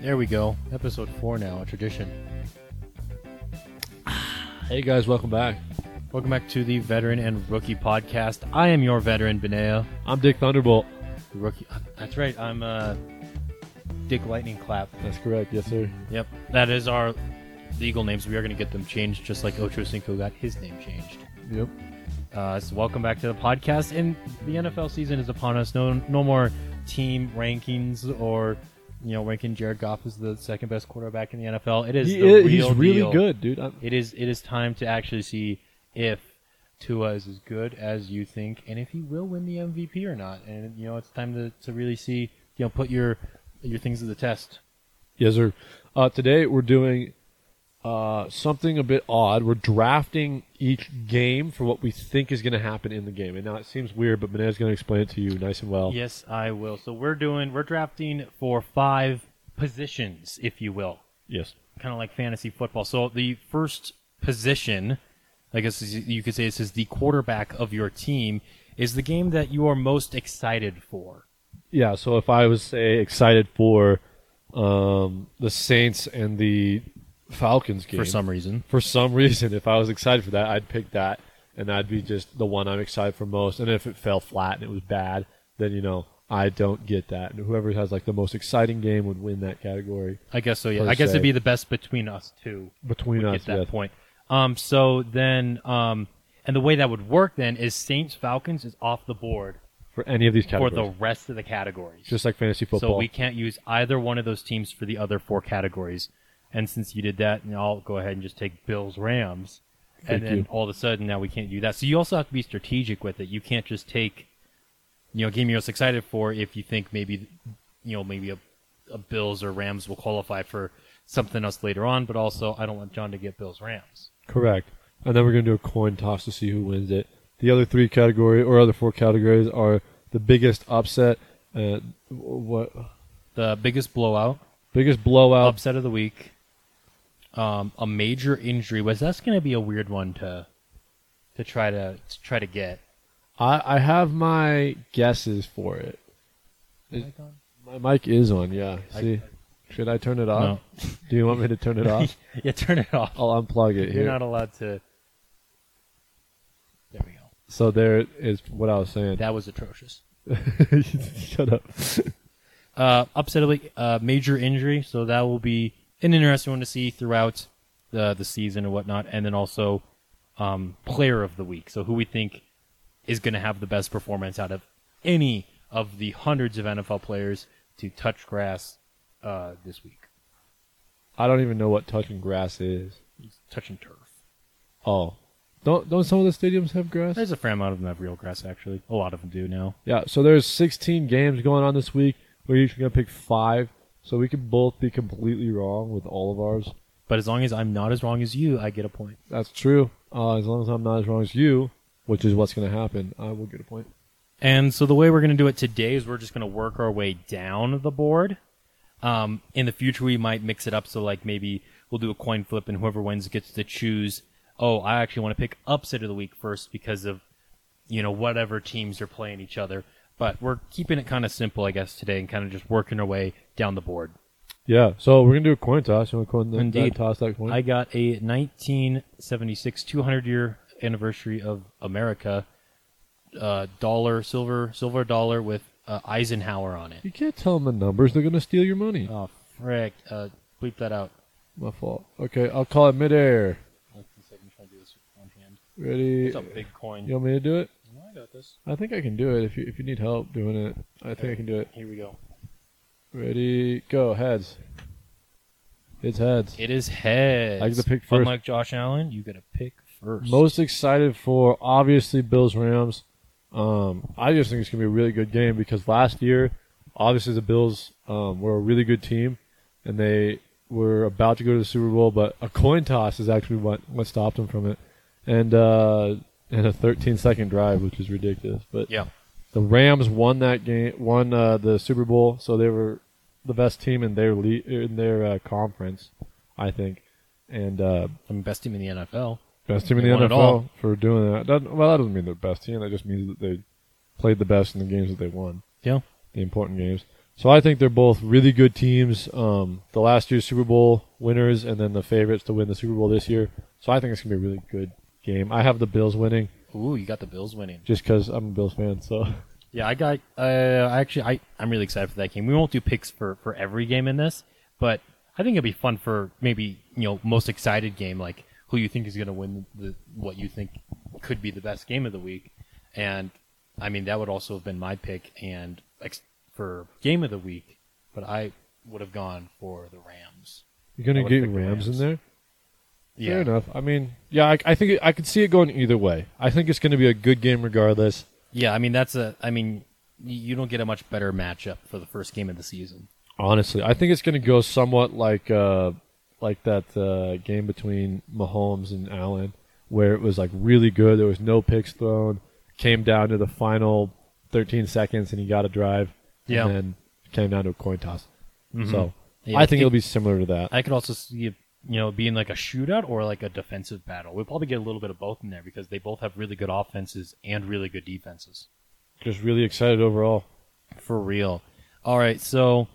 There we go. Episode four now, a tradition. Hey guys, welcome back. Welcome back to the Veteran and Rookie Podcast. I am your veteran, Benea. I'm Dick Thunderbolt. Rookie. That's right. I'm uh, Dick Lightning Clap. That's correct, yes sir. Yep. That is our legal names. We are going to get them changed, just like Ocho Cinco got his name changed. Yep. Uh, so welcome back to the podcast. And the NFL season is upon us. No, no more team rankings or you know ranking Jared Goff as the second best quarterback in the NFL. It is He the is, real he's really deal. good, dude. I'm, It is it is time to actually see if Tua is as good as you think, and if he will win the MVP or not. And you know, it's time to, to really see you know put your your things to the test. yes sir. Uh, today we're doing uh, something a bit odd. We're drafting each game for what we think is going to happen in the game. And now it seems weird, but Manet's going to explain it to you nice and well. Yes, I will. So we're doing we're drafting for five positions, if you will, Yes. kind of like fantasy football. So the first position, I guess is- you could say this is the quarterback of your team, is the game that you are most excited for. Yeah. So if I was say excited for um, the Saints and the Falcons game For some reason, for some reason, if I was excited for that, I'd pick that, and that'd be just the one I'm excited for most. And if it fell flat and it was bad, then you know I don't get that. And whoever has like the most exciting game would win that category I guess so. Yeah, Per I guess se. it'd be the best between us two. between would us. get that yes. point. Um, so then, um, and the way that would work then is Saints Falcons is off the board for any of these for categories, the rest of the categories. just like fantasy football. So we can't use either one of those teams for the other four categories. And since you did that, and I'll go ahead and just take Bills Rams, Thank and then you. all of a sudden now we can't do that. So you also have to be strategic with it. You can't just take, you know, a game you're most excited for if you think maybe, you know, maybe a, a Bills or Rams will qualify for something else later on. But also, I don't want John to get Bills Rams. Correct. And then we're going to do a coin toss to see who wins it. The other three category or other four categories are the biggest upset, uh, what The biggest blowout, biggest blowout, upset of the week, um, a major injury. Was that's going to be a weird one to to try to, to try to get? I, I have my guesses for it. Is- my mic is on, yeah. I- See, should I turn it off? Do you want me to turn it off? yeah, turn it off. I'll unplug You're it here. not allowed to. There we go. so there is what I was saying. That was atrocious. Shut up. Uh, upset of the- uh, major injury, so that will be an interesting one to see throughout the the season and whatnot, and then also um, player of the week. So who we think is going to have the best performance out of any of the hundreds of NFL players to touch grass uh, this week, I don't even know what touching grass is. touching turf. Oh, don't don't some of the stadiums have grass? There's a fair amount of them that have real grass actually. A lot of them do now. Yeah, so there's 16 games going on this week. We're each going to pick five, so we could both be completely wrong with all of ours. But as long as I'm not as wrong as you, I get a point. That's true. Uh, as long as I'm not as wrong as you, which is what's going to happen, I will get a point. And so the way we're going to do it today is we're just going to work our way down the board. Um, in the future, we might mix it up. So like maybe we'll do a coin flip, and whoever wins gets to choose. Oh, I actually want to pick upset of the week first because of you know whatever teams are playing each other. But we're keeping it kind of simple, I guess, today, and kind of just working our way down the board. Yeah, so we're going to do a coin toss. You want to coin the, Indeed. that, toss that coin? I got a 1976 200 year anniversary of America uh, dollar silver silver dollar with uh, Eisenhower on it. you can't tell them the numbers. They're going to steal your money. Oh frick! Uh, bleep that out. My fault. Okay, I'll call it midair. Ready? It's a big coin. Oh, You want me to do it? I got this. I think I can do it if you, if you need help doing it. I think I can do it. Here we go. Ready? Go. Heads. It's heads. It is heads. I get to pick first. Unlike Josh Allen, you get a pick first. Most excited for obviously Bills Rams. Um, I just think it's gonna be a really good game because last year, obviously the Bills um, were a really good team, and they were about to go to the Super Bowl, but a coin toss is actually what what stopped them from it, and uh, and a 13 second drive, which is ridiculous. But yeah. the Rams won that game, won uh, the Super Bowl, so they were the best team in their le- in their uh, conference, I think, and. Uh, I mean, best team in the NFL. Best team in They the won it NFL all. for doing that. That- Well, that doesn't mean they're best team. That just means that they played the best in the games that they won, Yeah. the important games. So I think they're both really good teams. Um, the last year's Super Bowl winners, and then the favorites to win the Super Bowl this year. So I think it's gonna be a really good game. I have the Bills winning Ooh, you got the Bills winning. just because I'm a Bills fan. So Yeah, I got. Uh, I actually, I I'm really excited for that game. We won't do picks for for every game in this, but I think it'd be fun for maybe you know most excited game like who you think is going to win the what you think could be the best game of the week, and I mean that would also have been my pick and ex- for game of the week, but I would have gone for the Rams. you're gonna I would get pick the Rams in Rams. there. Yeah, Fair enough. I mean, yeah, I, I think it, I could see it going either way. I think it's going to be a good game regardless. yeah. I mean that's a. I mean y- you don't get a much better matchup for the first game of the season. Honestly, I think it's going to go somewhat like uh, like that uh, game between Mahomes and Allen, where it was like really good. There was no picks thrown. Came down to the final 13 seconds, and he got a drive. Yeah. Mm-hmm. and then came down to a coin toss. So Yeah, I think it- it'll be similar to that. I could also see it, you know, being like a shootout or like a defensive battle. We'll probably get a little bit of both in there because they both have really good offenses and really good defenses. Just really excited overall. For real. All right, so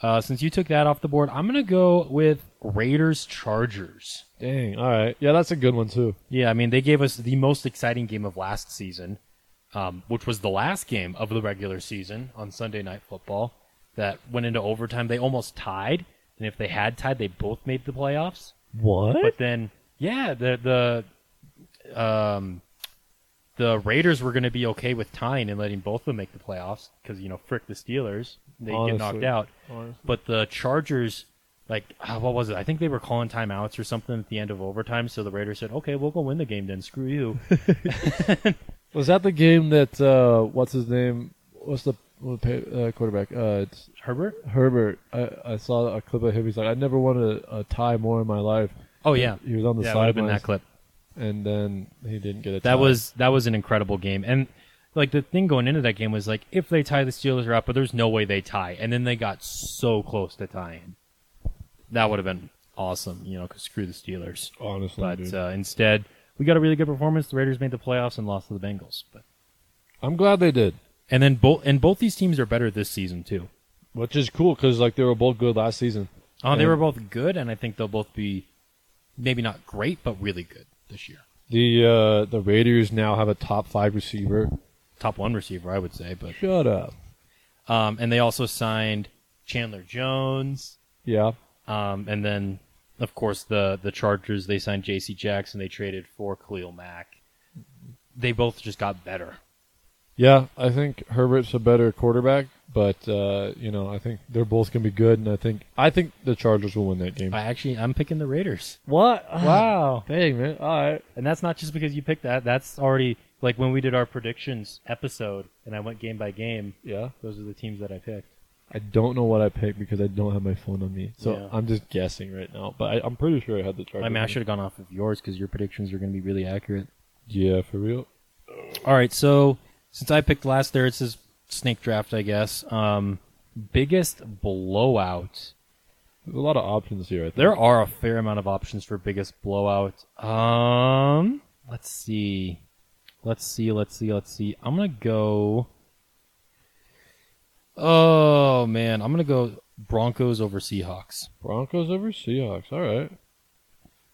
uh, since you took that off the board, I'm gonna go with Raiders Chargers. Dang. All right. Yeah, that's a good one too. Yeah, I mean they gave us the most exciting game of last season, um, which was the last game of the regular season on Sunday Night Football that went into overtime. They almost tied, and if they had tied, they both made the playoffs. What? But then, yeah, the the um, the Raiders were going to be okay with tying and letting both of them make the playoffs because you know, frick the Steelers, they get Honestly. knocked out. Honestly. But the Chargers, like, ah, what was it? I think they were calling timeouts or something at the end of overtime. So the Raiders said, "Okay, we'll go win the game then. Screw you." Was that the game that uh, what's his name? What's the what pa- uh, quarterback? Uh, it's Herbert? Herbert. I, I saw a clip of him. He's like, I never won a, a tie more in my life. Oh yeah, He was on the yeah, it would have been sidelines, that clip. and then he didn't get a. tie. That was that was an incredible game, and like the thing going into that game was like, if they tie, the Steelers are out, but there's no way they tie, and then they got so close to tying. That would have been awesome, you know, because screw the Steelers. honestly. But dude. uh, instead, we got a really good performance. The Raiders made the playoffs and lost to the Bengals, but I'm glad they did, and then both and both these teams are better this season too. which is cool because like they were both good last season. Oh, they Yeah. were both good, and I think they'll both be maybe not great, but really good this year. The uh, the Raiders now have a top five receiver. Top one receiver, I would say, but Shut up. um, and they also signed Chandler Jones. Yeah, Um, and then, of course, the the Chargers they signed J.C. Jackson. They traded for Khalil Mack. They both just got better. yeah. I think Herbert's a better quarterback, but uh, you know I think they're both gonna be good, and I think I think the Chargers will win that game. I actually I'm picking the Raiders. What? Wow. Dang man. All right. And that's not just because you picked that. That's already like when we did our predictions episode, and I went game by game. Yeah. Those are the teams that I picked. I don't know what I picked because I don't have my phone on me, so Yeah. I'm just guessing right now. But I, I'm pretty sure I had the Chargers. I mean, I winning. should have gone off of yours because your predictions are going to be really accurate. Yeah, for real. All right, so since I picked last, there it's this snake draft, I guess. Um, biggest blowout. There's a lot of options here. I think. There are a fair amount of options for biggest blowout. Um, let's see. Let's see, let's see, let's see. I'm going to go Oh man, I'm going to go Broncos over Seahawks. Broncos over Seahawks. All right.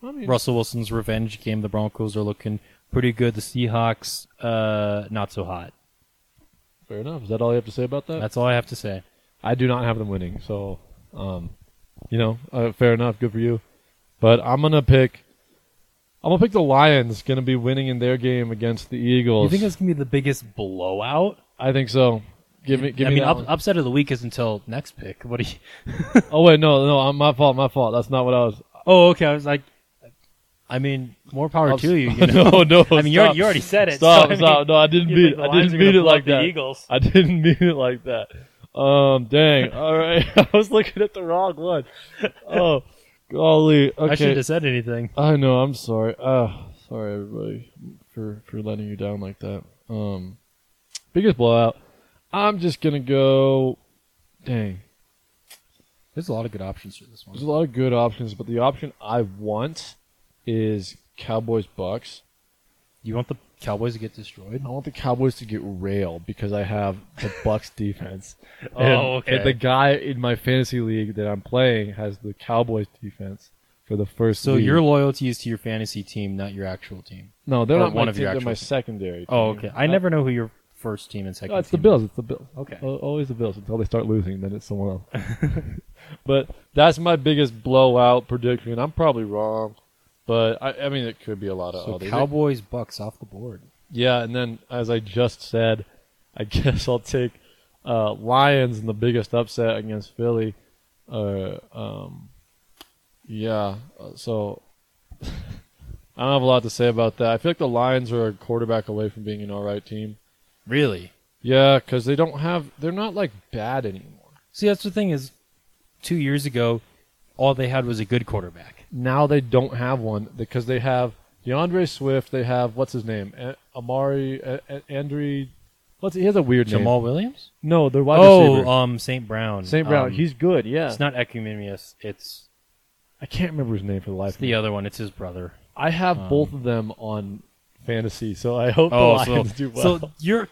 I mean, Russell Wilson's revenge game. The Broncos are looking pretty good. The Seahawks uh not so hot. fair enough. Is that all you have to say about that? That's all I have to say. I do not have them winning, so um, you know, uh, fair enough. Good for you. But I'm gonna pick. I'm gonna pick the Lions. Gonna be winning in their game against the You Eagles. think that's going to be the biggest blowout? I think so. Give me, give I me mean, that up, one. upset of the week is until next pick. What do you Oh wait, no, no, uh, my fault, my fault. That's not what I was. Oh, okay. I was like, I mean, more power Ups- to you. you know? no, no. I mean, you stop. already, you already said it. Stop, so, I mean, stop. No, I didn't you mean think it. the I Lions didn't are gonna mean it blow like up the that. Eagles. I didn't mean it like that. Um, dang. All right. I was looking at the wrong one. Oh, golly. I shouldn't Okay. have said anything. I, know. I'm sorry. Uh, sorry, everybody, for, for letting you down like that. Um, biggest blowout. I'm just going to go. Dang. There's a lot of good options for this There's a lot of good options, but the option I want is Cowboys Bucks. You want the Cowboys to get destroyed? I want the Cowboys to get railed because I have the Bucks defense. And, Oh, okay. and the guy in my fantasy league that I'm playing has the Cowboys defense for the first. So league. your loyalty is to your fantasy team, not your actual team. no, they're or not my one of team, your They're my actual- secondary. Oh, team. okay. I Uh, never know who your first team and second. No, it's the team Bills. It's the Bills. Okay. Al- Always the Bills until they start losing, then it's someone else. but that's my biggest blowout prediction. I'm probably wrong, but I, I mean it could be a lot Is. of So others. Cowboys, Bucks off the board. Yeah, and then as I just said, I guess I'll take uh, Lions in the biggest upset against Philly. Uh, um, yeah, uh, so I don't have a lot to say about that. I feel like the Lions are a quarterback away from being an all right team. Really? Yeah, because they don't have, they're not like bad anymore. See, that's the thing is, two years ago, all they had was a good quarterback. Now they don't have one because they have DeAndre Swift. They have what's his name, A- Amari, A- A- Andre. What's he has a weird name? Jamal Williams? No, they're wide oh, receiver. um, St. Brown. St. Brown. Um, he's good. Yeah. it's not Ecumenius. It's I can't remember his name for the life. it's of me. the other one. It's his brother. I have um, both of them on fantasy, so I hope the Oh, so, Lions do well. so your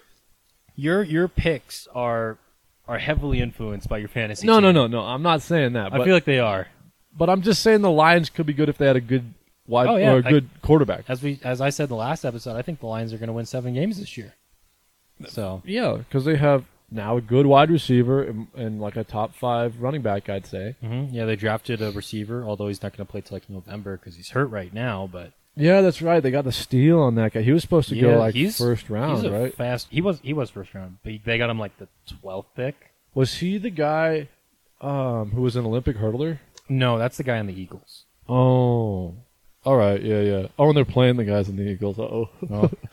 your your picks are are heavily influenced by your fantasy. no, team. no, no, no. I'm not saying that. But, I feel like they are. but I'm just saying the Lions could be good if they had a good wide Oh, yeah, or a I- good quarterback. As we as I said in the last episode, I think the Lions are going to win seven games this year. So Yeah, because they have now a good wide receiver and, and like a top five running back, I'd say. mhm, yeah, they drafted a receiver, although he's not going to play till like November because he's hurt right now. But Yeah, that's right. They got the steal on that guy. He was supposed to Yeah, go like he's- first round, he's a right? fast. He was he was first round, but they got him like the twelfth pick. was he the guy um, who was an Olympic hurdler? No, that's the guy on the Eagles. Oh. All right, yeah, yeah. Oh, and they're playing the guys in the Eagles. Uh-oh.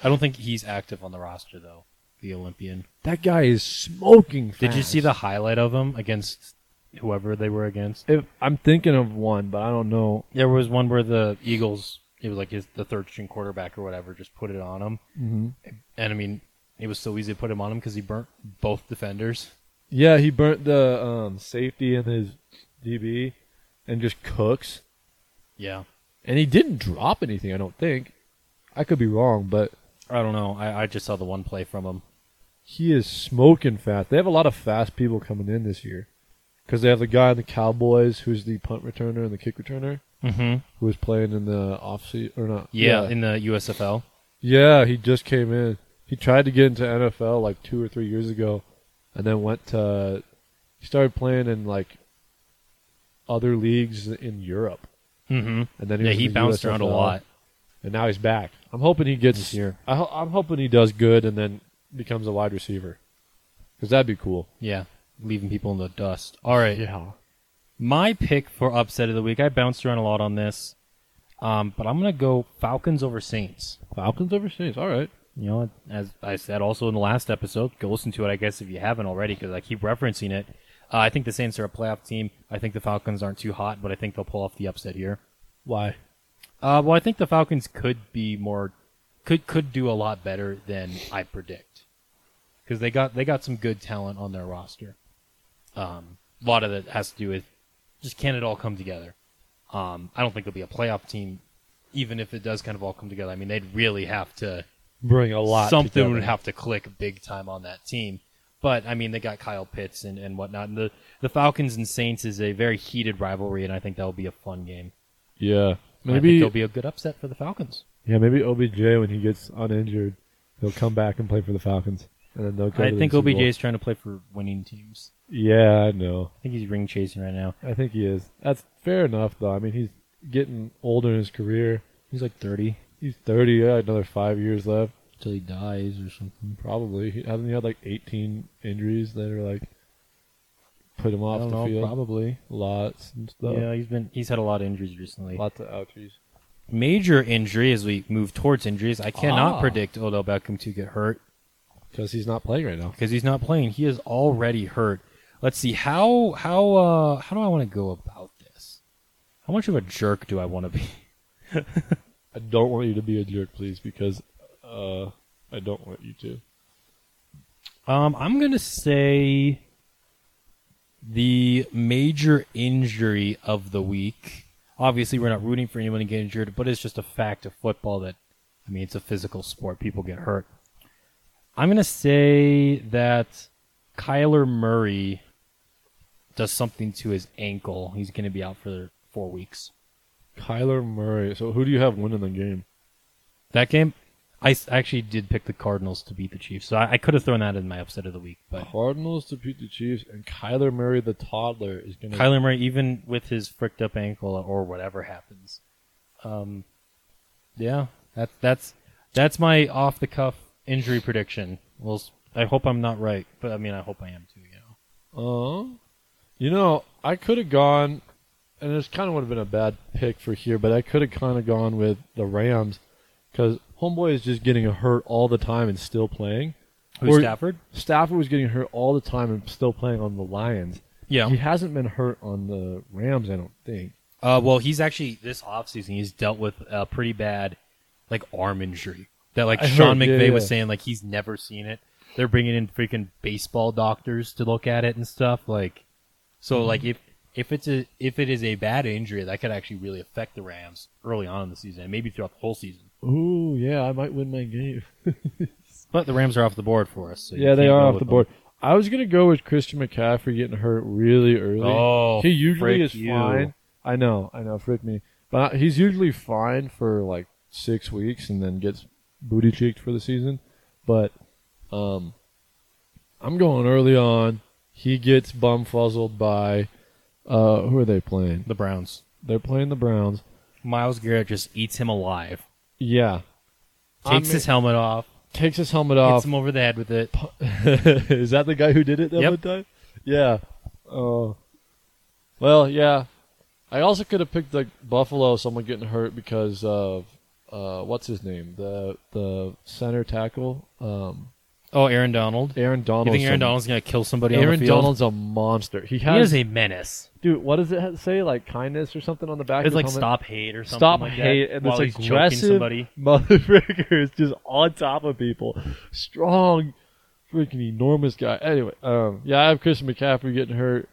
I don't think he's active on the roster though. The Olympian. That guy is smoking fast. Did you see the highlight of him against whoever they were against? If, I'm thinking of one, but I don't know. There was one where the Eagles, it was like his, the third string quarterback or whatever, just put it on him. Mm-hmm. And I mean, it was so easy to put him on him because he burnt both defenders. Yeah, he burnt the um, safety and his DB and just cooks. Yeah. And he didn't drop anything, I don't think. I could be wrong, but I don't know. I, I just saw the one play from him. he is smoking fast. They have a lot of fast people coming in this year because they have the guy in the Cowboys who's the punt returner and the kick returner Mm-hmm. Yeah, who was playing in the offseason or not. in the USFL. Yeah, he just came in. He tried to get into NFL like two or three years ago, and then went to. He started playing in like other leagues in Europe, Mm-hmm. and then he Yeah, was he in the bounced around a USFL, lot. and now he's back. I'm hoping he gets. This year. I, ho- I'm hoping he does good and then becomes a wide receiver, because that'd be cool. Yeah, leaving people in the dust. All right. Yeah. My pick for upset of the week, I bounced around a lot on this, um, but I'm going to go Falcons over Saints. Falcons over Saints. All right. You know, as I said also in the last episode, go listen to it, I guess, if you haven't already, because I keep referencing it. Uh, I think the Saints are a playoff team. I think the Falcons aren't too hot, but I think they'll pull off the upset here. Why? Uh, well, I think the Falcons could be more, could could do a lot better than I predict, because they got they got some good talent on their roster. Um, a lot of that has to do with just can it all come together. Um, I don't think they'll be a playoff team, even if it does kind of all come together. I mean, they'd really have to Bring a lot. something together. would have to click big time on that team. But I mean, they got Kyle Pitts and, and whatnot. And the the Falcons and Saints is a very heated rivalry, and I think that'll be a fun game. Yeah. I think Maybe. it'll be a good upset for the Falcons. yeah. Maybe OBJ when he gets uninjured, he'll come back and play for the Falcons, and then they'll go. I to the think Super OBJ Bowl. is trying to play for winning teams. Yeah, I know. I think he's ring chasing right now. I think he is. That's fair enough, though. I mean, he's getting older in his career. He's like thirty He's 30. Yeah, another five years left, till he dies or something. probably. He, hasn't he had like 18 injuries that are like put him I off don't the know, field? probably. Lots and stuff. Yeah, he's been he's had a lot of injuries recently. Lots of outreach. Major injury as we move towards injuries. I cannot Ah. predict Odell Beckham to get hurt. Because he's not playing right now. because he's not playing. He is already hurt. Let's see how how uh, how do I want to go about this? How much of a jerk do I want to be? I don't want you to be a jerk, please, because uh, I don't want you to. Um, I'm gonna say the major injury of the week. Obviously, we're not rooting for anyone to get injured, but it's just a fact of football that I mean, it's a physical sport. People get hurt. I'm going to say that Kyler Murray does something to his ankle. He's going to be out for four weeks. Kyler Murray. So who do you have winning the game? That game, I s- actually did pick the Cardinals to beat the Chiefs, so I, I could have thrown that in my upset of the week. But Cardinals to beat the Chiefs, and Kyler Murray, the toddler, is going to. Kyler Murray, even with his fricked up ankle or whatever happens, um, yeah, that's that's that's my off the cuff injury prediction. Well, s- I hope I'm not right, but I mean, I hope I am too. You know, Uh, you know, I could have gone, and this kind of would have been a bad pick for here, but I could have kind of gone with the Rams because Homeboy is just getting hurt all the time and still playing. who's Or- Stafford? Stafford was getting hurt all the time and still playing on the Lions. Yeah. He hasn't been hurt on the Rams, I don't think. Uh, well, he's actually this offseason he's dealt with a pretty bad like arm injury that like I Sean heard, yeah, McVay was yeah. saying like he's never seen it. They're bringing in freaking baseball doctors to look at it and stuff like so Mm-hmm. like if if it's a if it is a bad injury that could actually really affect the Rams early on in the season and maybe throughout the whole season. Ooh, yeah, I might win my game. But the Rams are off the board for us. so you yeah, they can't are go off with the them. board. I was gonna go with Christian McCaffrey getting hurt really early. Oh, he usually frick is you. fine. I know, I know, frick me. But I- he's usually fine for like six weeks and then gets booty cheeked for the season. But um, I'm going early on. He gets bumfuzzled by uh, who are they playing? The Browns. They're playing the Browns. Miles Garrett just eats him alive. Yeah, I Takes mean- his helmet off, takes his helmet hits off. him over the head with it. is that the guy who did it that Yep. one time? Yeah. Oh. Well, yeah. I also could have picked like Buffalo, someone getting hurt because of uh, what's his name, the the center tackle, um, Oh, Aaron Donald. Aaron Donald. You think Aaron Donald's gonna kill somebody on Aaron the field? Donald's a monster. He he has is a menace. dude. What does it say? Like kindness or something on the back. It's of his like helmet? stop hate or something Stop like hate that. and while this he's choking aggressive somebody. motherfucker is just on top of people. Strong, freaking enormous guy. Anyway, um, yeah, I have Christian McCaffrey getting hurt.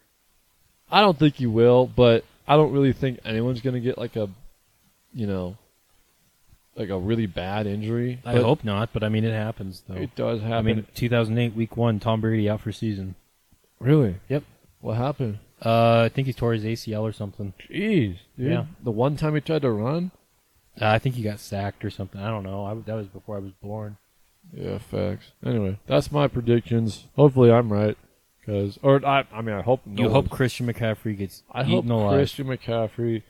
I don't think he will, but I don't really think anyone's gonna get like a, you know, like a really bad injury. I But hope not, but I mean it happens though. it does happen. I mean, 2008 Week One, Tom Brady out for season. really? Yep. What happened? Uh, I think he tore his ACL or something. Jeez, dude. Yeah. The one time he tried to run. Uh, I think he got sacked or something. I don't know. I, that was before I was born. Yeah, facts. Anyway, that's my predictions. Hopefully, I'm right. Cause, or I, I mean, I hope. No you hope one's- Christian McCaffrey gets I hope eaten alive. Christian McCaffrey.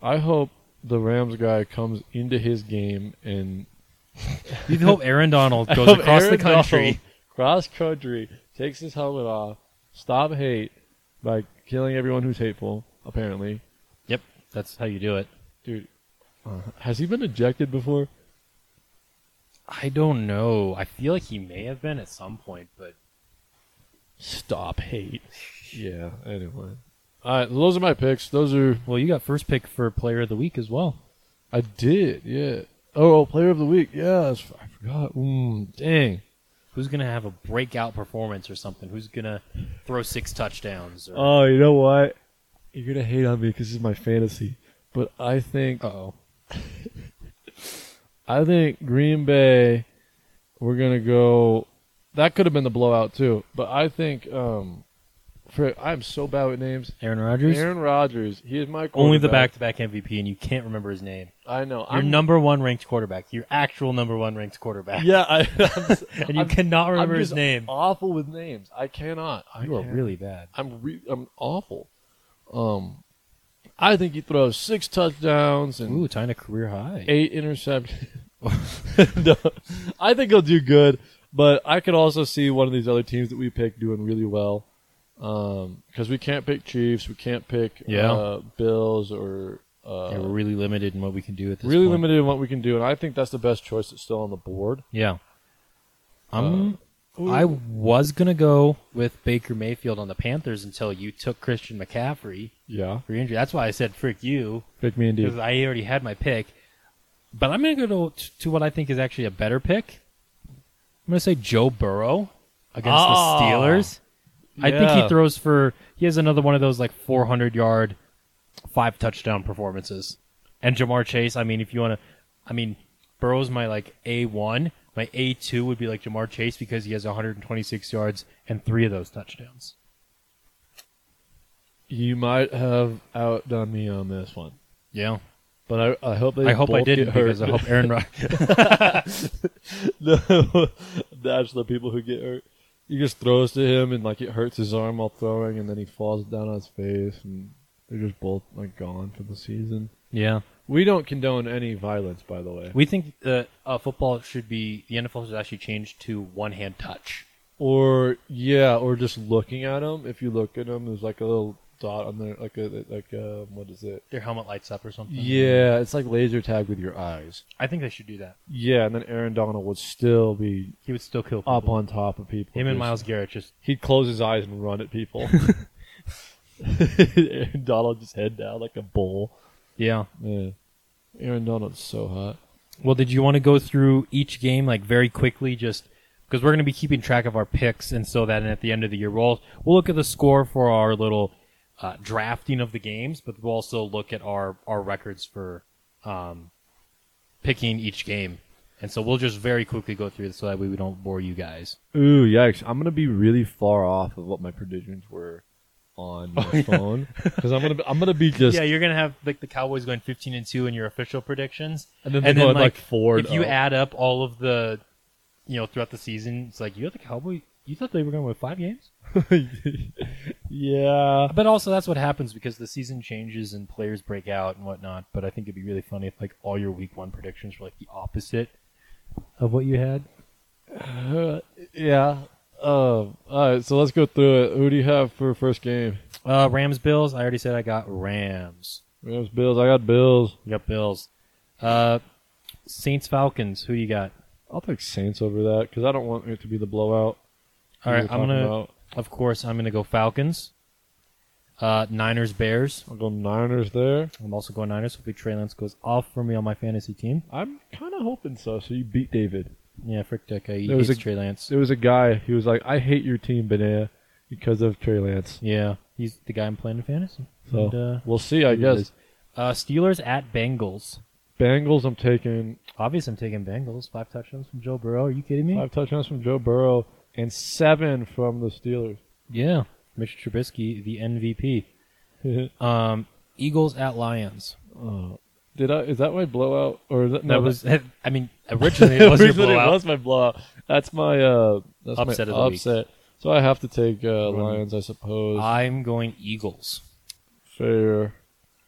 I hope the Rams guy comes into his game and you hope Aaron Donald I goes hope across the Aaron country. Donald cross country, takes his helmet off, stop hate by killing everyone who's hateful. Apparently, Yep, that's how you do it. dude, uh, has he been ejected before? I don't know. I feel like he may have been at some point, but Stop hate. Yeah. Anyway, all right. Those are my picks. Those are well, you got first pick for Player of the Week as well. I did, yeah. Oh, oh, player of the week. Yeah, that's- I forgot. Mm, dang. Who's gonna have a breakout performance or something? Who's gonna throw six touchdowns? Or... Oh, you know what? You're gonna hate on me because this is my fantasy, but I think oh, I think Green Bay. We're gonna go. That could have been the blowout too, but I think. um for, I'm so bad with names. Aaron Rodgers, Aaron Rodgers. He is my only the quarterback. back-to-back MVP, and you can't remember his name. I know. Your I'm number one ranked quarterback, your actual number one ranked quarterback. Yeah, I, I'm, s- and you I'm- cannot I'm remember just his name. Awful with names. I cannot. I You are can't. really bad. I'm re- I'm awful. Um, I think he throws six touchdowns and Ooh, tying a career high. eight interceptions. no, I think he'll do good, but I could also see one of these other teams that we pick doing really well. Um, because we can't pick Chiefs, we can't pick Yeah. uh, Bills or uh, yeah, we're really limited in what we can do at this. really point. limited in what we can do, and I think that's the best choice that's still on the board. Yeah. Um, Uh, I was gonna go with Baker Mayfield on the Panthers until you took Christian McCaffrey Yeah, for injury. That's why I said frick you. pick me because indeed. I already had my pick. But I'm going to go to, to what I think is actually a better pick. I'm going to say Joe Burrow against Ah. the Steelers. I think he Yeah. throws for he has another one of those like 400 yard, five touchdown performances. And Jamar Chase. I mean, if you want to, I mean, Burrow's my like A one. My A two would be like Jamar Chase because he has 126 yards and three of those touchdowns. You might have outdone me on this one, Yeah, but I, I hope they. I hope I both didn't get hurt. because I hope Aaron Rodgers. no, that's the people who get hurt. He just throws to him and like it hurts his arm while throwing, and then he falls down on his face, and they're just both like gone for the season. yeah, We don't condone any violence, by the way, we think that uh, football should be the NFL should actually change to one hand touch. or yeah, or just looking at him. If you look at him, there's like a little dot on there, like a like a, what is it? Their helmet lights up or something. Yeah, it's like laser tag with your eyes. I think they should do that. Yeah, and then Aaron Donald would still be He would still kill people. up on top of people. him and Just- Uh, Miles Garrett just He'd close his eyes and run at people. Aaron Donald just head down like a bull. yeah. Yeah. Aaron Donald's so hot. Well, did you want to go through each game like very quickly, just because we're going to be keeping track of our picks, and so that at the end of the year we'll we'll look at the score for our little uh, drafting of the games, but we'll also look at our our records for um, picking each game, and so we'll just very quickly go through this so that way we don't bore you guys. Ooh, yikes. I'm going to be really far off of what my predictions were on my phone cuz I'm going to I'm going to be just Yeah, you're gonna have like the Cowboys going 15 and two in your official predictions, And then they go at, like, four and If you oh. add up all of the, you know, throughout the season, it's like you had the Cowboys. You thought they were going to win five games, yeah. but also that's what happens because the season changes and players break out and whatnot. But I think it'd be really funny if like all your week one predictions were like the opposite of what you had. Uh, yeah. Um, all right, so let's go through it. Who do you have for first game? Uh, Rams Bills. I already said I got Rams. Rams Bills. I got Bills. You got Bills. Uh, Saints Falcons. Who you got? I'll take Saints over that cuz I don't want it to be the blowout. All right, we were I'm talking gonna. about. Of course, I'm going to go Falcons. Uh, Niners, Bears. I'll go Niners there. I'm also going Niners. Hopefully, Trey Lance goes off for me on my fantasy team. I'm kind of hoping so. So you beat David. Yeah, frick that guy. He There was hates a- Trey Lance. There was a guy. He was like, "I hate your team, Banana, because of Trey Lance." Yeah, he's the guy I'm playing in fantasy. So And, uh, we'll see. I guess is. uh, Steelers at Bengals. Bengals. I'm taking Obviously, I'm taking Bengals. Five touchdowns from Joe Burrow. Are you kidding me? five touchdowns from Joe Burrow and seven from the Steelers. Yeah. Mitch Trubisky, the MVP. Um, Eagles at Lions. Oh. Did I? Is that my blowout? Or is that, no, That was, I mean, originally it was your Originally, blowout. It was my blowout. That's my uh, that's Upset my of the week. upset. So I have to take uh, Lions, I suppose. I'm going Eagles. Fair.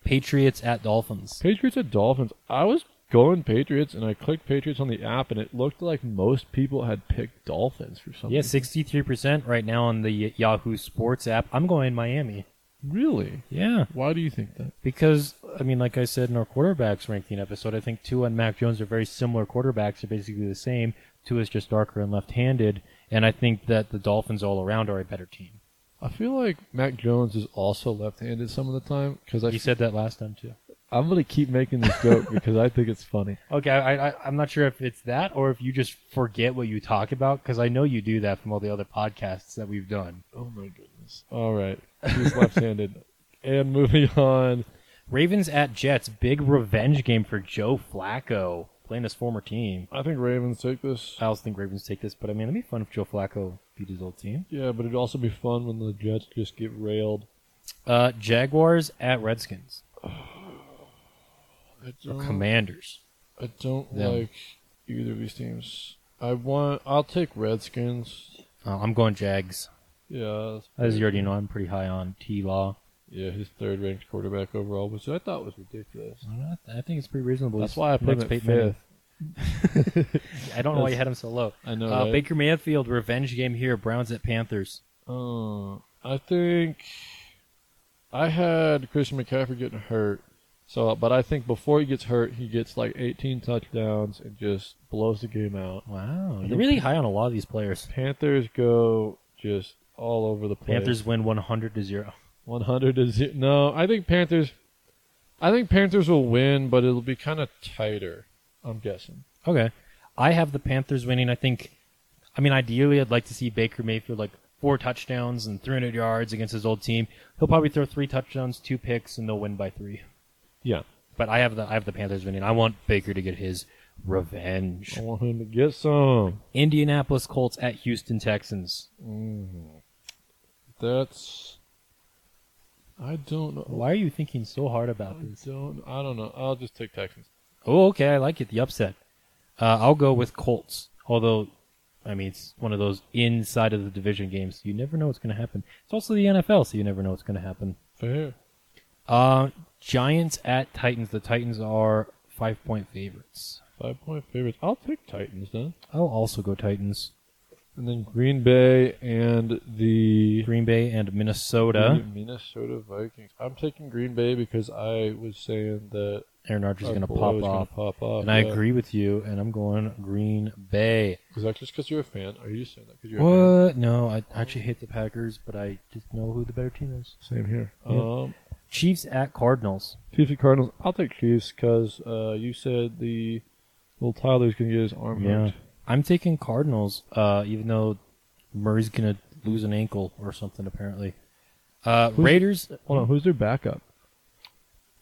Patriots at Dolphins. Patriots at Dolphins. I was going Patriots, and I clicked Patriots on the app, and it looked like most people had picked Dolphins for something. Yeah, sixty-three percent right now on the Yahoo Sports app. I'm going Miami. Really? Yeah, Why do you think that? because I mean, like I said in our quarterbacks ranking episode, I think Tua and Mac Jones are very similar quarterbacks. They're basically the same. Tua is just darker and left-handed, and I think that the Dolphins all around are a better team. I feel like Mac Jones is also left-handed some of the time because I You said that last time too. I'm gonna keep making this joke because I think it's funny. Okay, I, I, I'm not sure if it's that or if you just forget what you talk about because I know you do that from all the other podcasts that we've done. Oh my goodness! All right, he's left-handed. And moving on, Ravens at Jets, big revenge game for Joe Flacco playing his former team. I think Ravens take this. I also think Ravens take this, but I mean, it'd be fun if Joe Flacco beat his old team. Yeah, but it'd also be fun when the Jets just get railed. Uh, Jaguars at Redskins. I Or don't- Commanders. I don't them. like either of these teams. I want. I'll take Redskins. Uh, I'm going Jags. Yeah, As you already know, I'm pretty high on T Law. yeah, his third ranked quarterback overall, which I thought was ridiculous. I think it's pretty reasonable. That's why I put him at fifth. I don't know why you had him so low. I know. uh, right? Baker Mayfield revenge game here. Browns at Panthers. Uh, I think I had Christian McCaffrey getting hurt. So, but I think before he gets hurt, he gets like 18 touchdowns and just blows the game out. Wow, you're really high on a lot of these players. Panthers go just all over the place. Panthers win 100 to zero. 100 to zero. No, I think Panthers. I think Panthers will win, but it'll be kind of tighter. I'm guessing. Okay. I have the Panthers winning. I think, I mean, ideally, I'd like to see Baker Mayfield like four touchdowns and 300 yards against his old team. He'll probably throw three touchdowns, two picks, and they'll win by three. Yeah. But I have the I have the Panthers winning. I want Baker to get his revenge. I want him to get some. Indianapolis Colts at Houston Texans. That's. I don't know. Why are you thinking so hard about I don't. I don't know. I'll just take Texans. Oh, okay. I like it. The upset. Uh, I'll go with Colts. Although, I mean, it's one of those inside of the division games. You never know what's going to happen. It's also the NFL, so you never know what's going to happen. Fair. Uh, Giants at Titans. The Titans are five point favorites. Five point favorites. I'll take Titans then. I'll also go Titans. And then Green Bay and the Green Bay and Minnesota. Mm-hmm. Minnesota Vikings. I'm taking Green Bay because I was saying that Aaron Rodgers is our going to Oh, boy pop was gonna off. pop off, And I yeah. agree with you, and I'm going Green Bay. Was that just because you're a fan? Are you just saying that because you're a fan? What? No, I actually hate the Packers, but I just know who the better team is. Same here. Yeah. Um, Chiefs at Cardinals. Chiefs and Cardinals. I'll take Chiefs because uh, you said the little Tyler's gonna get his arm hurt. I'm taking Cardinals, uh, even though Murray's gonna lose an ankle or something apparently. Uh, Who's- Raiders. Hold on, who's their backup?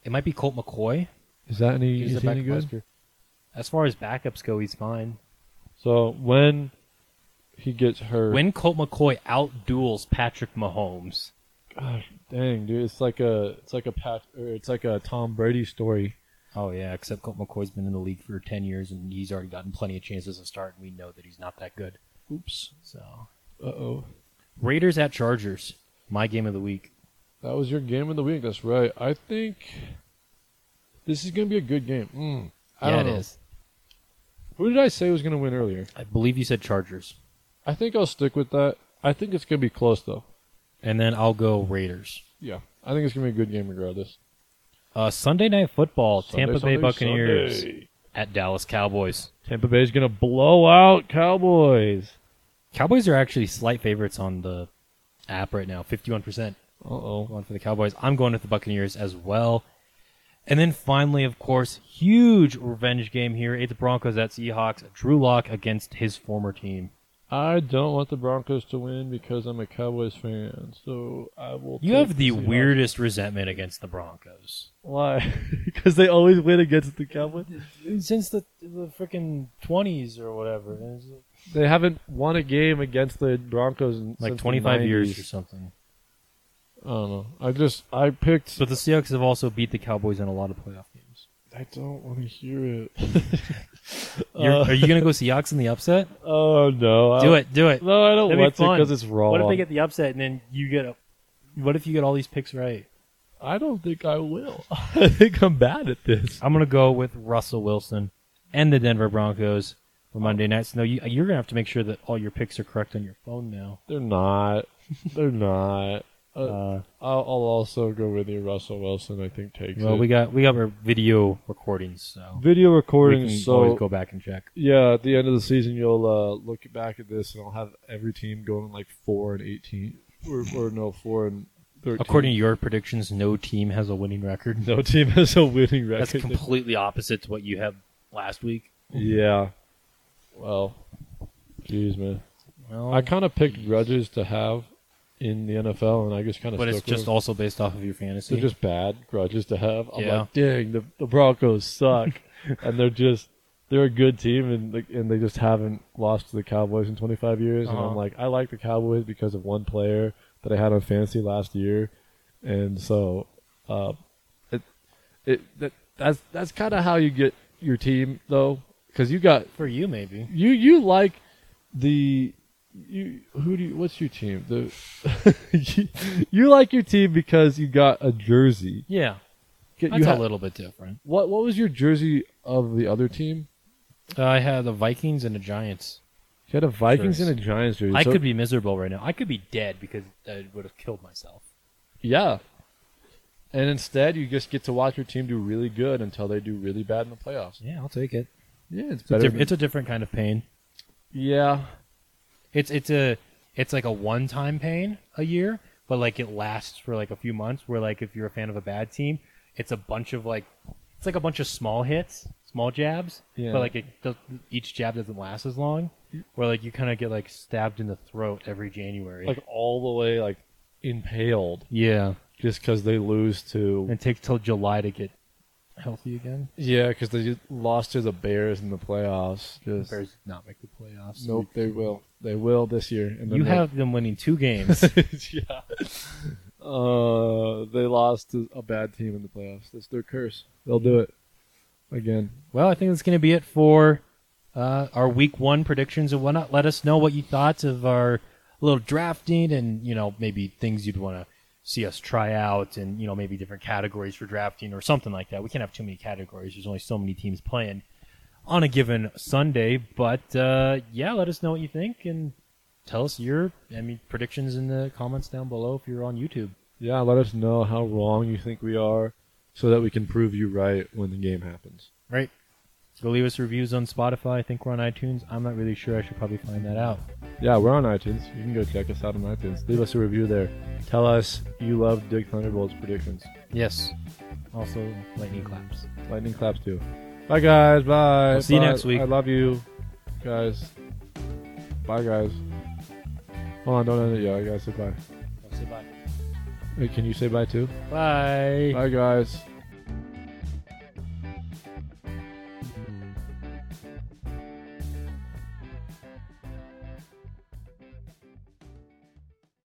It might be Colt McCoy. Is that any? He's is the he any backup good? last year. As far as backups go, he's fine. So when he gets hurt, When Colt McCoy outduels Patrick Mahomes, gosh, dang dude, it's like a it's like a Pat or it's like a Tom Brady story. Oh yeah, except Colt McCoy's been in the league for ten years and he's already gotten plenty of chances to start, and we know that he's not that good. Oops. So Uh oh. Raiders at Chargers, my game of the week. That was your game of the week. That's right. I think this is gonna be a good game. Mm, I yeah, don't it know. is. Who did I say was gonna win earlier? I believe you said Chargers, I think I'll stick with that. I think it's gonna be close though. and then I'll go Raiders. Yeah, I think it's gonna be a good game regardless. Uh, Sunday night football: Sunday, Tampa Bay Sunday, Buccaneers Sunday. at Dallas Cowboys. Tampa Bay's gonna blow out Cowboys. Cowboys are actually slight favorites on the app right now, fifty-one percent. Uh oh. Going for the Cowboys. I'm going with the Buccaneers as well. And then finally, of course, huge revenge game here. It's Broncos at Seahawks. Drew Lock against his former team. I don't want the Broncos to win because I'm a Cowboys fan, so I will. You take have the Seahawks. weirdest resentment against the Broncos. Why? Because they always win against the Cowboys. Since the the freaking 20s or whatever. They haven't won a game against the Broncos in Like since the 25 years or 90s. something. I don't know. I just I picked. But the Seahawks have also beat the Cowboys in a lot of playoff games. I don't want to hear it. You're- Uh, are you going to go Seahawks in the upset? oh no! Do I, it. Do it. No, I don't That'd be want to fun. because it's wrong. Uh, What if they get the upset and then you get a. What if you get all these picks right? I don't think I will. I think I'm bad at this. I'm gonna go with Russell Wilson and the Denver Broncos for Monday night. So no, you, you're gonna have to make sure that all your picks are correct on your phone now. They're not. They're not. Uh, Uh, I'll, I'll also go with you. Russell Wilson, I think, takes well, it. we got we got our video recordings, so video we can recording. always So go back and check. yeah, at the end of the season, you'll uh, look back at this, and I'll have every team going like four and eighteen, or, or no, four and thirteen. According to your predictions, no team has a winning record. no team has a winning That's record. completely opposite to what you had last week. yeah. Well, jeez, man. Well, I kind of picked grudges to have in the NFL, and I just kind of. but it's just also based off of your fantasy. They're just bad grudges to have. I'm Yeah. like, dang, the, the Broncos suck, and they're just they're a good team, and like, and they just haven't lost to the Cowboys in 25 years. And Uh-huh. I'm like, I like the Cowboys because of one player that I had on fantasy last year, and so uh, it it that, that's that's kind of how you get your team though, because you got for you, maybe. you you like the you who do you what's your team the you, you like your team because you got a jersey Yeah, Get- that's you a ha- little bit different. what what was your jersey of the other team? Uh, I had the Vikings and the Giants. You had a Vikings Sure. and a Giants jersey. I so- could be miserable right now. I could be dead because I would have killed myself. yeah. And instead, you just get to watch your team do really good until they do really bad in the playoffs. Yeah, I'll take it. Yeah, it's It's, better. a, it's a different kind of pain. yeah, It's it's a it's like a one time pain a year, but like it lasts for like a few months. Where like if you're a fan of a bad team, it's a bunch of like it's like a bunch of small hits, small jabs. Yeah. But like it does, each jab doesn't last as long. Where like you kind of get like stabbed in the throat every January. like all the way like impaled yeah, just because they lose to and it takes till July to get healthy again. Yeah, because they lost to the Bears in the playoffs. Just, Bears did not make the playoffs. Nope, they will. They will this year. And then You they- have them winning two games. yeah. Uh, they lost to a bad team in the playoffs. That's their curse. They'll do it again. well, I think that's going to be it for uh, our week one predictions and whatnot. Let us know what you thought of our little drafting and, you know, maybe things you'd want to see us try out and, you know, maybe different categories for drafting or something like that. We can't have too many categories. There's only so many teams playing on a given Sunday. But, uh, yeah, let us know what you think and tell us your, I mean, predictions in the comments down below if you're on YouTube. Yeah, let us know how wrong you think we are, so that we can prove you right when the game happens. Right. Go leave us reviews on Spotify. I think we're on iTunes. I'm not really sure. I should probably find that out. Yeah, we're on iTunes. You can go check us out on iTunes. Leave us a review there. Tell us you love Dig Thunderbolt's predictions. Yes. Also, lightning claps. Lightning claps too. Bye guys. Bye. We'll see you Bye. next week. I love you, guys. Bye guys. Hold on, don't end it yet. I gotta say bye. Say bye. Hey, can you say bye too? Bye. Bye guys.